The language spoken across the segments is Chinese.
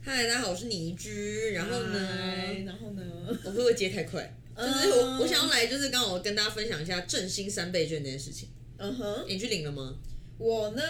嗨，大家好，我是倪居。然后嗨呢，嗯然后呢？嗯我会不会接太快？哦就是我我想要来，就是刚好跟大家分享一下振兴三倍券这件事情。嗯哼，你去领了吗？我呢，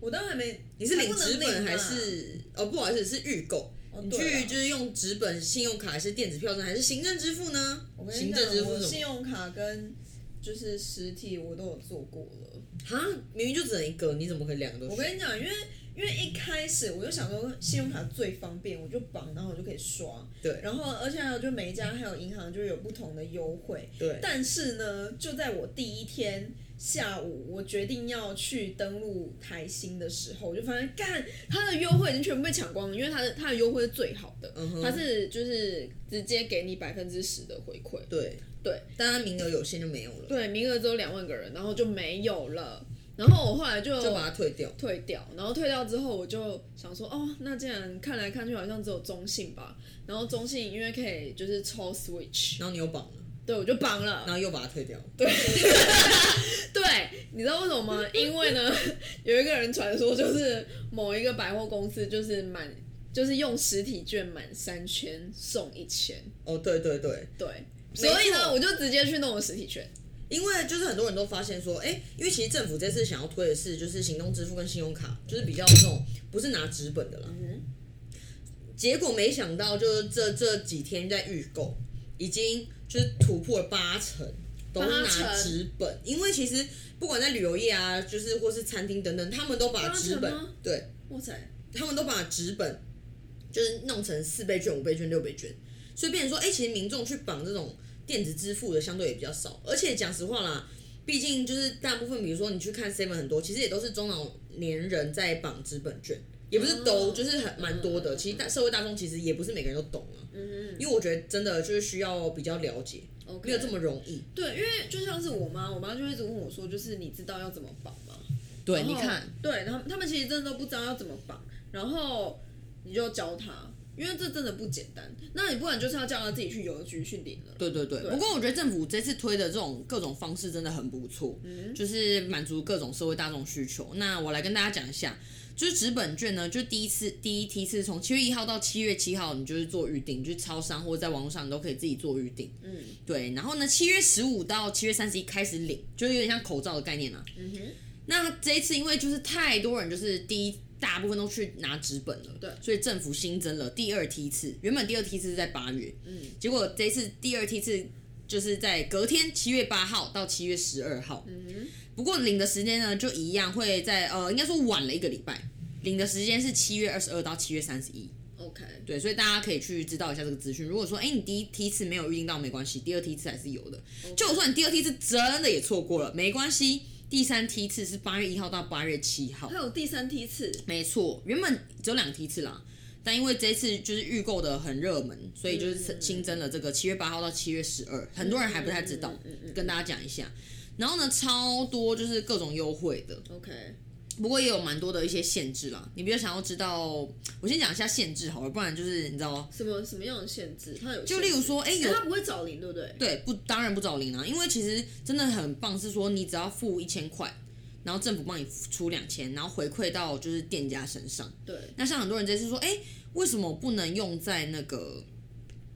我当然没，你是领还不能纸本领啊还嘛？是？哦，不好意思，是预购。你对啊去就是用纸本、信用卡还是电子票证还是行政支付呢我？跟你行讲政支，付我是什信么？用卡跟就是实体我都有做过了。哈，明明就只能一个，你怎么可以两个都我去？跟你讲，因为因为一开始我就想说信用卡最方便，我就绑，然后我就可以刷。对然后而且还有就每一家还有银行就有不同的优惠。对但是呢，就在我第一天下午，我决定要去登录台新的时候，我就发现，干，它的优惠已经全部被抢光了，因为它的它的优惠是最好的，嗯哼它是就是直接给你百分之十的回馈，对对，但它名额有限就没有了，对，名额只有两万个人，然后就没有了。然后我后来就把它退掉。退掉，然后退掉之后，我就想说，哦，那既然看来看去好像只有中信吧，然后中信因为可以就是抽 Switch，然后你又绑了，对我就绑了然。后又把它退掉。对，对，你知道为什 么吗？因为呢， 有一个人传说就是某一个百货公司就是满，就是用实体券满三千送一千，哦，对对对，对，错所以呢，我就直接去弄我实体券。因为就是很多人都发现说，哎、因为其实政府这次想要推的是就是行动支付跟信用卡，就是比较那种不是拿纸本的啦。结果没想到，就是这这几天在预购，已经就是突破了八成都是八拿成纸本，因为其实不管在旅游业啊，就是或是餐厅等等，他们都把八成纸本吗对哇塞，他们都把纸本就是弄成四倍券、五倍券、六倍券，所以变成说，哎、其实民众去绑这种电子支付的相对也比较少。而且讲实话啦，毕竟就是大部分，比如说你去看 Seven 很多，其实也都是中老年人在绑纸本券，也不是都，哦就是很蛮多的。其实大社会大众其实也不是每个人都懂啊，嗯因为我觉得真的就是需要比较了解， ，OK，没有这么容易。对，因为就像是我妈，我妈就会一直问我说，就是你知道要怎么绑吗？对，然后你看，，对，然后他们其实真的都不知道要怎么绑，然后你就教他，因为这真的不简单。那你不然就是要叫他自己去邮局去领了。对对对。不过我觉得政府这次推的这种各种方式真的很不错，嗯就是满足各种社会大众需求。那我来跟大家讲一下，就是纸本券呢，就第一次第一梯次从七月一号到七月七号，你就是做预定，就是超商或者在网络上你都可以自己做预定。嗯对，然后呢，七月十五到七月三十一开始领，就是有点像口罩的概念啊。嗯哼，那这一次因为就是太多人，就是第一大部分都去拿纸本了，对所以政府新增了第二梯次，原本第二梯次是在八月，嗯，结果这一次第二梯次就是在隔天七月八号到七月十二号，嗯哼，不过领的时间呢就一样会在呃，应该说晚了一个礼拜，领的时间是七月二十二到七月三十一， OK，对，所以大家可以去知道一下这个资讯。如果说，哎、你第一梯次没有预定到没关系，第二梯次还是有的。就算你第二梯次真的也错过了，没关系，第三梯次是八月一号到八月七号还。有第三梯次，没错，原本只有两梯次啦，但因为这一次就是预购的很热门，所以嗯就是新增了这个七月八号到七月十二，很多人还不太知道嗯嗯嗯嗯，嗯跟大家讲一下。然后呢，超多就是各种优惠的， OK，不过也有蛮多的一些限制啦。你比较想要知道，我先讲一下限制好了，不然就是你知道，什么什么样的限制？它有就例如说，哎、有他不会找零，对不对？对，不，当然不找零啦、啊因为其实真的很棒，是说你只要付一千块，然后政府帮你出两千，然后回馈到就是店家身上。对，那像很多人这次说，哎、为什么不能用在那个？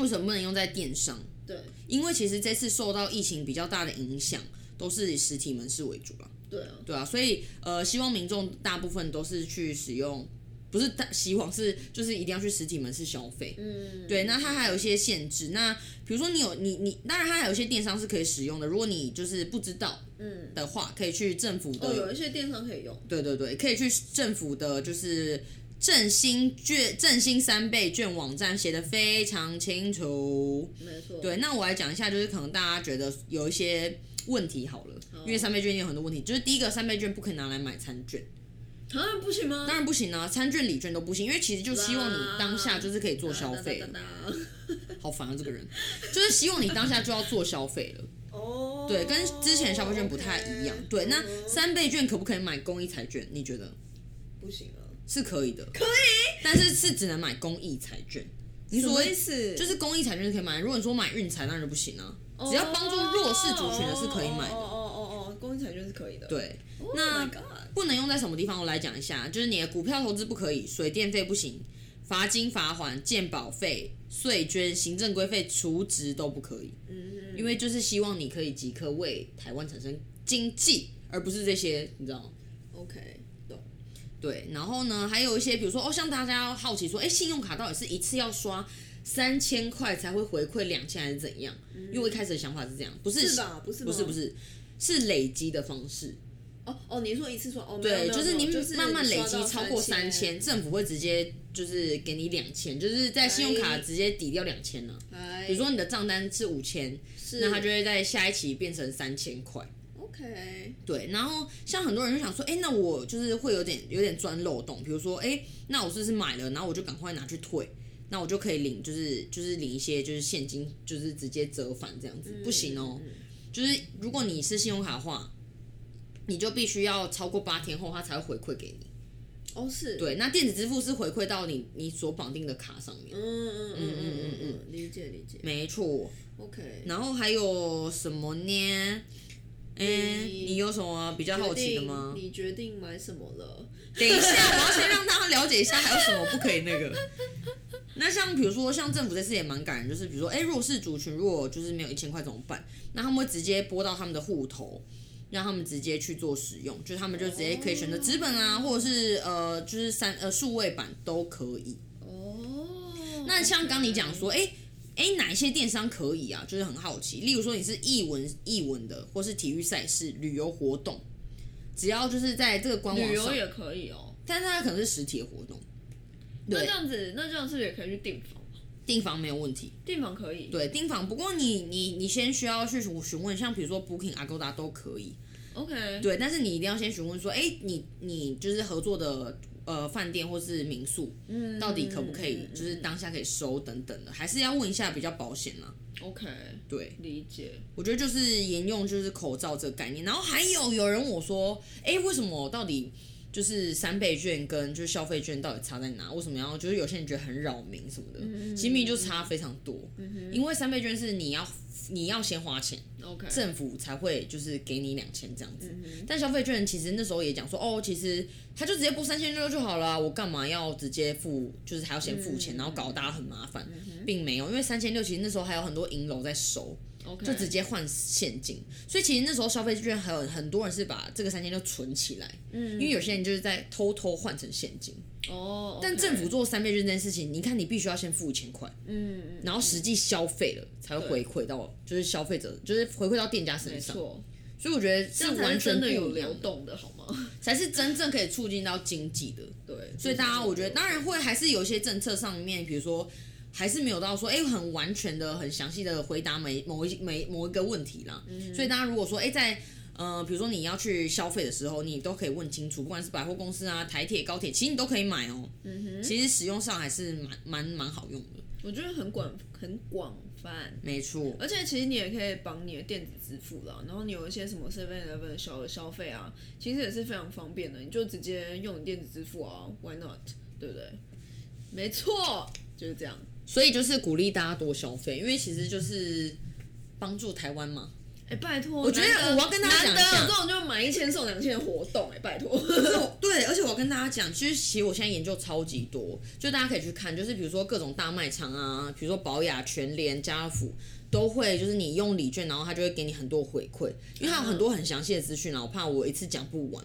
为什么不能用在电商？对，因为其实这次受到疫情比较大的影响，都是以实体门市为主啦。对啊，对啊，所以呃，希望民众大部分都是去使用，不是大希望是就是一定要去实体门市消费。嗯，对，那它还有一些限制。那比如说你有你你，当然它还有一些电商是可以使用的。如果你就是不知道嗯，的话，可以去政府的，哦，有一些电商可以用，对对对，可以去政府的，就是振兴券、振兴三倍券网站写的非常清楚。没错，对，那我来讲一下，就是可能大家觉得有一些问题好了，因为三倍券也有很多问题。就是第一个，三倍券不可以拿来买餐券，啊，不行吗？当然不行啊，餐券、礼券都不行，因为其实就希望你当下就是可以做消费了哒。哒哒哒好烦啊，这个人，就是希望你当下就要做消费了。哦，对，跟之前消费券不太一样 OK。对，那嗯三倍券可不可以买公益彩券？你觉得不行啊，是可以的？可以，但是是只能买公益彩券。你所谓思就是公益彩券是可以买，如果你说买运彩，当然就不行啊。只要帮助弱势族群的是可以买哦的。哦哦哦，公益彩券是可以的。对， Oh 那 my God，不能用在什么地方？我来讲一下，就是你的股票投资不可以，水电费不行，罚金、罚款、鉴保费、税捐、行政规费、除值都不可以，嗯，因为就是希望你可以即刻为台湾产生经济，而不是这些，你知道吗？ OK，懂。对，然后呢，还有一些比如说哦，像大家好奇说，哎，信用卡到底是一次要刷三千块才会回馈两千还是怎样？因为我一开始的想法是这样，不是嗯是吧不是不是吧不是是累积的方式，哦哦，你说一次说哦，没对，有就是没你有就是慢慢累刷积到超过三三千，，政府会直接就是给你两千，就是在信用卡哎直接抵掉两千了。哎，比如说你的账单是五千，是那它就会在下一期变成三千块。 OK，对，然后像很多人就想说，哎、那我就是会有点有点钻漏洞，比如说，哎、那我是不是买了，然后我就赶快拿去退，那我就可以领，就是就是领一些就是现金，就是直接折返这样子，不行哦，嗯嗯就是如果你是信用卡的话，你就必须要超过八天后，它才会回馈给你。哦是，，对，那电子支付是回馈到你你所绑定的卡上面，嗯嗯嗯嗯嗯嗯嗯嗯，理解理解没错。 ，OK，然后还有什么呢？哎、你你有什么比较好决奇的定吗？你决定买什么了？等一下，我要先让大家了解一下还有什么不可以那个。那像比如说，像政府这次也蛮感人，就是比如说，哎、弱势族群如果就是没有一千块怎么办？那他们会直接拨到他们的户头，让他们直接去做使用，就是他们就直接可以选择纸本啊，或者是呃，就是三呃数位版都可以。哦，那像刚你讲说，哎、哎、哪一些电商可以啊？就是很好奇，例如说你是艺文艺文的，或是体育赛事、旅游活动，只要就是在这个官网旅游上，也可以哦，但是它可能是实体的活动，那对这样子，那这样是不是也可以去订房？订房没有问题。订房可以，对，订房，不过你你你先需要去询询问，像比如说 Booking、Agoda 都可以， ，OK，对，但是你一定要先询问说，哎、你你就是合作的呃饭店或是民宿，嗯，到底可不可以嗯嗯就是当下可以收等等的，还是要问一下比较保险啦、嗯 OK，对，理解，我觉得就是沿用就是口罩这个概念，然后还有有人问我说，哎，为什么到底就是三倍券跟就是消费券到底差在哪？为什么要就是有些人觉得很扰民什么的，其实明明就差非常多，因为三倍券是你要你要先花钱， OK，政府才会就是给你两千这样子，但消费券其实那时候也讲说，哦，其实他就直接拨三千六就好了啊，我干嘛要直接付，就是还要先付钱，然后搞大家很麻烦，并没有，因为三千六其实那时候还有很多银楼在收。 OK，就直接换现金。所以其实那时候消费券还有很多人是把这个三千六存起来，嗯，因为有些人就是在偷偷换成现金。哦，但 OK 政府做三倍券这件事情，你看你必须要先付一千块，嗯，嗯然后实际消费了才会回馈到就是消费者，就是回馈到店家身没上。错，所以我觉得这是样才完是全真不的有一流样的，动的好吗？ 才是真正可以促进到经济的。对，所以大家，我觉得当然会还是有一些政策上面，比如说还是没有到说，哎、很完全的、很详细的回答每某一每某一个问题啦。所以大家如果说，哎、在呃，比如说你要去消费的时候，你都可以问清楚，不管是百货公司啊、台铁、高铁，其实你都可以买哦、其实使用上还是蛮蛮蛮好用的，我觉得很广很广泛。没错。而且其实你也可以绑你的电子支付啦，然后你有一些什么 Seven Eleven 的小额消费啊，其实也是非常方便的，你就直接用你电子支付啊，Why not？对不对？没错，就是这样。所以就是鼓励大家多消费，因为其实就是帮助台湾嘛。哎、拜托，我觉得难得我要跟大家讲一难下得有这种就买一千送两千的活动、哎，拜托。对，而且我要跟大家讲，其实其实我现在研究超级多，就大家可以去看，就是比如说各种大卖场啊，比如说宝雅、全联、家乐福都会，就是你用礼券，然后它就会给你很多回馈，因为它有很多很详细的资讯啊，我怕我一次讲不完，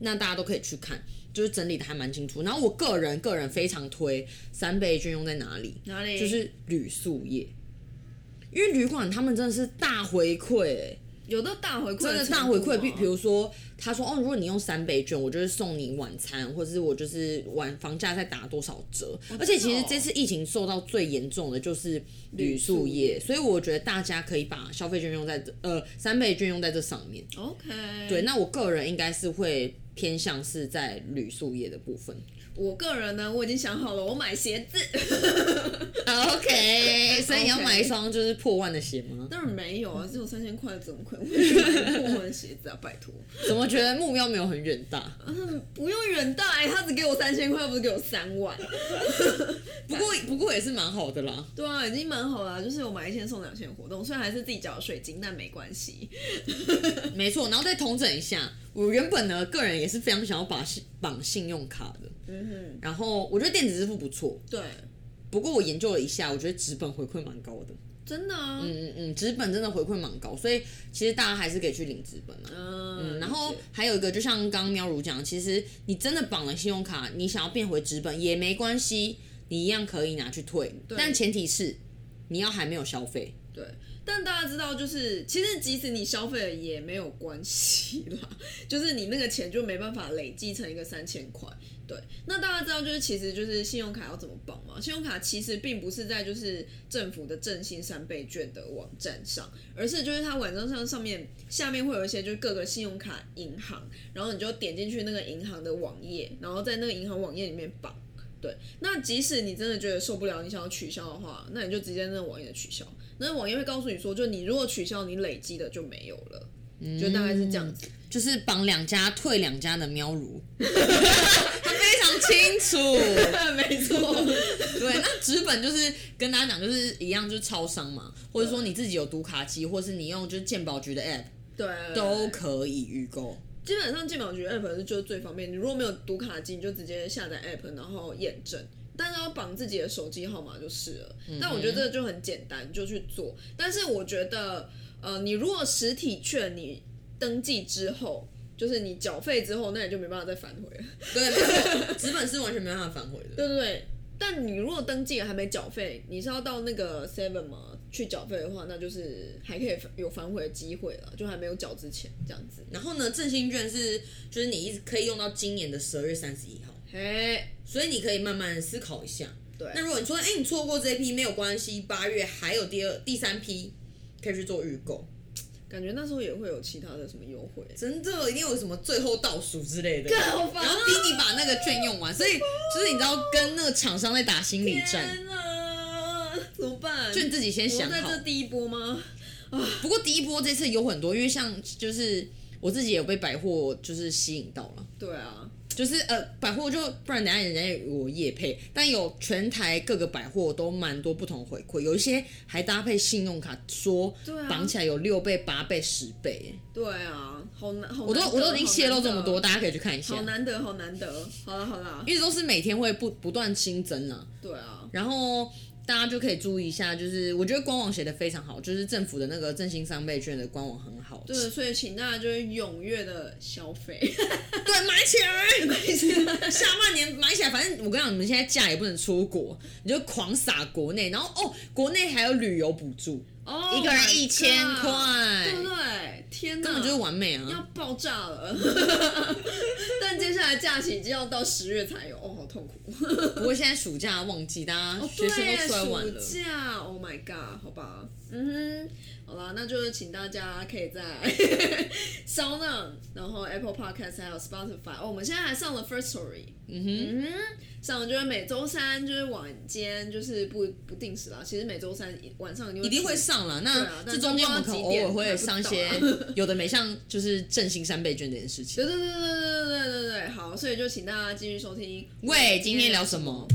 那大家都可以去看，就是整理的还蛮清楚。然后我个人个人非常推三倍券用在哪里， 哪里？就是旅宿业，因为旅馆他们真的是大回馈、欸。有的大回馈程度真啊，的大回馈，比比如说，他说哦，如果你用三倍券，我就是送你晚餐，或者是我就是晚房价再打多少折。而且其实这次疫情受到最严重的就是旅宿业，所以我觉得大家可以把消费券用在这呃三倍券用在这上面。 OK，对，那我个人应该是会偏向是在旅宿业的部 分。我个人呢，我已经想好了，我买鞋子。 OK，所 以你要 OK 买一双就是破万的鞋吗？当然没有啊，只有三千块，怎么可能会买破万鞋子啊？拜托，怎么觉得目标没有很远大？嗯不用远大、哎，他只给我三千块，不是给我三万。不过不过也是蛮好的啦。对啊，已经蛮好啦、就是有买一千送两千的活动，虽然还是自己缴税金，但没关系。没错，然后再统整一下，我原本呢，个人也是非常想要把信绑信用卡的，嗯然后我觉得电子支付不错，哼，对，不过我研究了一下，我觉得纸本回馈蛮高的。真的啊，嗯嗯嗯嗯，纸本真的回馈蛮高，所以其实大家还是可以去领纸本啊。嗯然后还有一个，就像刚刚喵如讲，其实你真的绑了信用卡，你想要变回纸本也没关系，你一样可以拿去退，但前提是你要还没有消费。对，但大家知道，就是其实即使你消费了也没有关系啦，就是你那个钱就没办法累积成一个三千块。对，那大家知道，就是其实就是信用卡要怎么绑嘛？信用卡其实并不是在就是政府的振兴三倍券的网站上，而是就是它网站上上面下面会有一些就是各个信用卡银行，然后你就点进去那个银行的网页，然后在那个银行网页里面绑。对，那即使你真的觉得受不了，你想要取消的话，那你就直接那个网页取消。那网页会告诉你说，就你如果取消，你累积的就没有了，就大概是这样子。 就是绑两家退两家的喵如，他非常清楚。没错，对，那纸本就是跟大家讲，就是一样，就是超商嘛，或者说你自己有读卡机，或是你用就是鉴宝局的 app 对，都可以预购。基本上健保局 app 是就是最方便。你如果没有读卡机，你就直接下载 app，然后验证。但是要绑自己的手机号码就是了。但我觉得这个就很简单，你就去做。但是我觉得，呃，你如果实体券你登记之后，就是你缴费之后，那你就没办法再返回了。对，没 错，纸本是完全没办法反悔的。对对对，但你如果登记了还没缴费，你是要到那个 Seven 吗？去缴费的话，那就是还可以有反悔的机会了，就还没有缴之前这样子。然后呢，振兴券是就是你一直可以用到今年的十二月三十一号，嘿，所以你可以慢慢思考一下。对那如果你说，哎、你错过这一批没有关系，八月还有第二、第三批可以去做预购，感觉那时候也会有其他的什么优惠。真的一定有什么最后倒数之类的。好烦然后逼你把那个券用完，所以就是你知道跟那个厂商在打心理战，天啊，怎么办？就你自己先我想在好这。第一波吗？不过第一波这次有很多，因为像就是我自己也有被百货就是吸引到了，对啊，就是呃百货就不然等下人家有我夜配，但有全台各个百货都蛮多不同回馈，有一些还搭配信用卡说对啊绑起来有六倍、八倍、十倍，对啊，好难，好我都难得我都已经泄露这么多，，好难大家可以去看一得好下。难得，好难得。好了好了，因为都是每天会不不断新增啊，对啊，然后大家就可以注意一下，就是我觉得官网写的非常好，就是政府的那个振兴三倍券的官网很好，对，所以请大家就是踊跃的消 费。对，买起来，买起来， 下半年买起来。反正我跟你讲，你们现在假也不能出国，你就狂撒国内，然后哦，国内还有旅游补助，哦一个 my 人一千 god 块，对不对？天哪，根本就是完美要啊！爆炸了！ 但接下来假期就要到十月才有，哦，好痛苦。不过现在暑假旺季，大家哦，学对，生都出来玩了。暑假，Oh my god，好吧，嗯哼，好啦，那就是请大家可以在 烧浪，然后 Apple Podcast 还有 Spotify，哦，我们现在还上了 First Story，嗯哼，上了就是每周三就是晚间，就是不不定时啦，其实每周三晚上一一定会。上了，那对啊但这中间我们可能偶尔会上一些 不知道有的没像，就是振兴三倍券这件事情。对对对对对对对对对，好，所以就请大家继续收听。喂，今天聊什么？